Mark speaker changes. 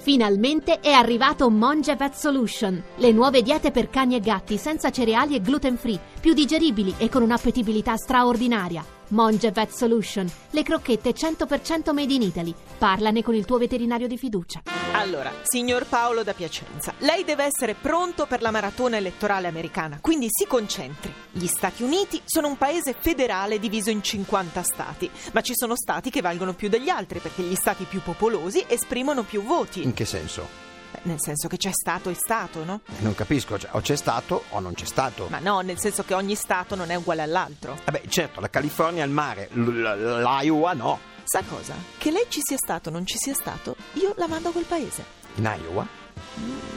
Speaker 1: Finalmente è arrivato Monge Vet Solution, le nuove diete per cani e gatti senza cereali e gluten free, più digeribili e con un'appetibilità straordinaria. Monge Vet Solution, le crocchette 100% made in Italy. Parlane con il tuo veterinario di fiducia.
Speaker 2: Allora, signor Paolo da Piacenza, lei deve essere pronto per la maratona elettorale americana, quindi si concentri. Gli Stati Uniti sono un paese federale diviso in 50 stati, ma ci sono stati che valgono più degli altri perché gli stati più popolosi esprimono più voti.
Speaker 3: In che senso?
Speaker 2: Beh, Nel senso che c'è stato e stato, no?
Speaker 3: Non capisco, cioè, o c'è stato o non c'è stato.
Speaker 2: Ma no, nel senso che ogni stato non è uguale all'altro.
Speaker 3: Vabbè, certo, la California è il mare, l- l- l'Iowa no.
Speaker 2: Sa cosa? Che lei ci sia stato o non ci sia stato, io la mando a quel paese.
Speaker 3: In Iowa?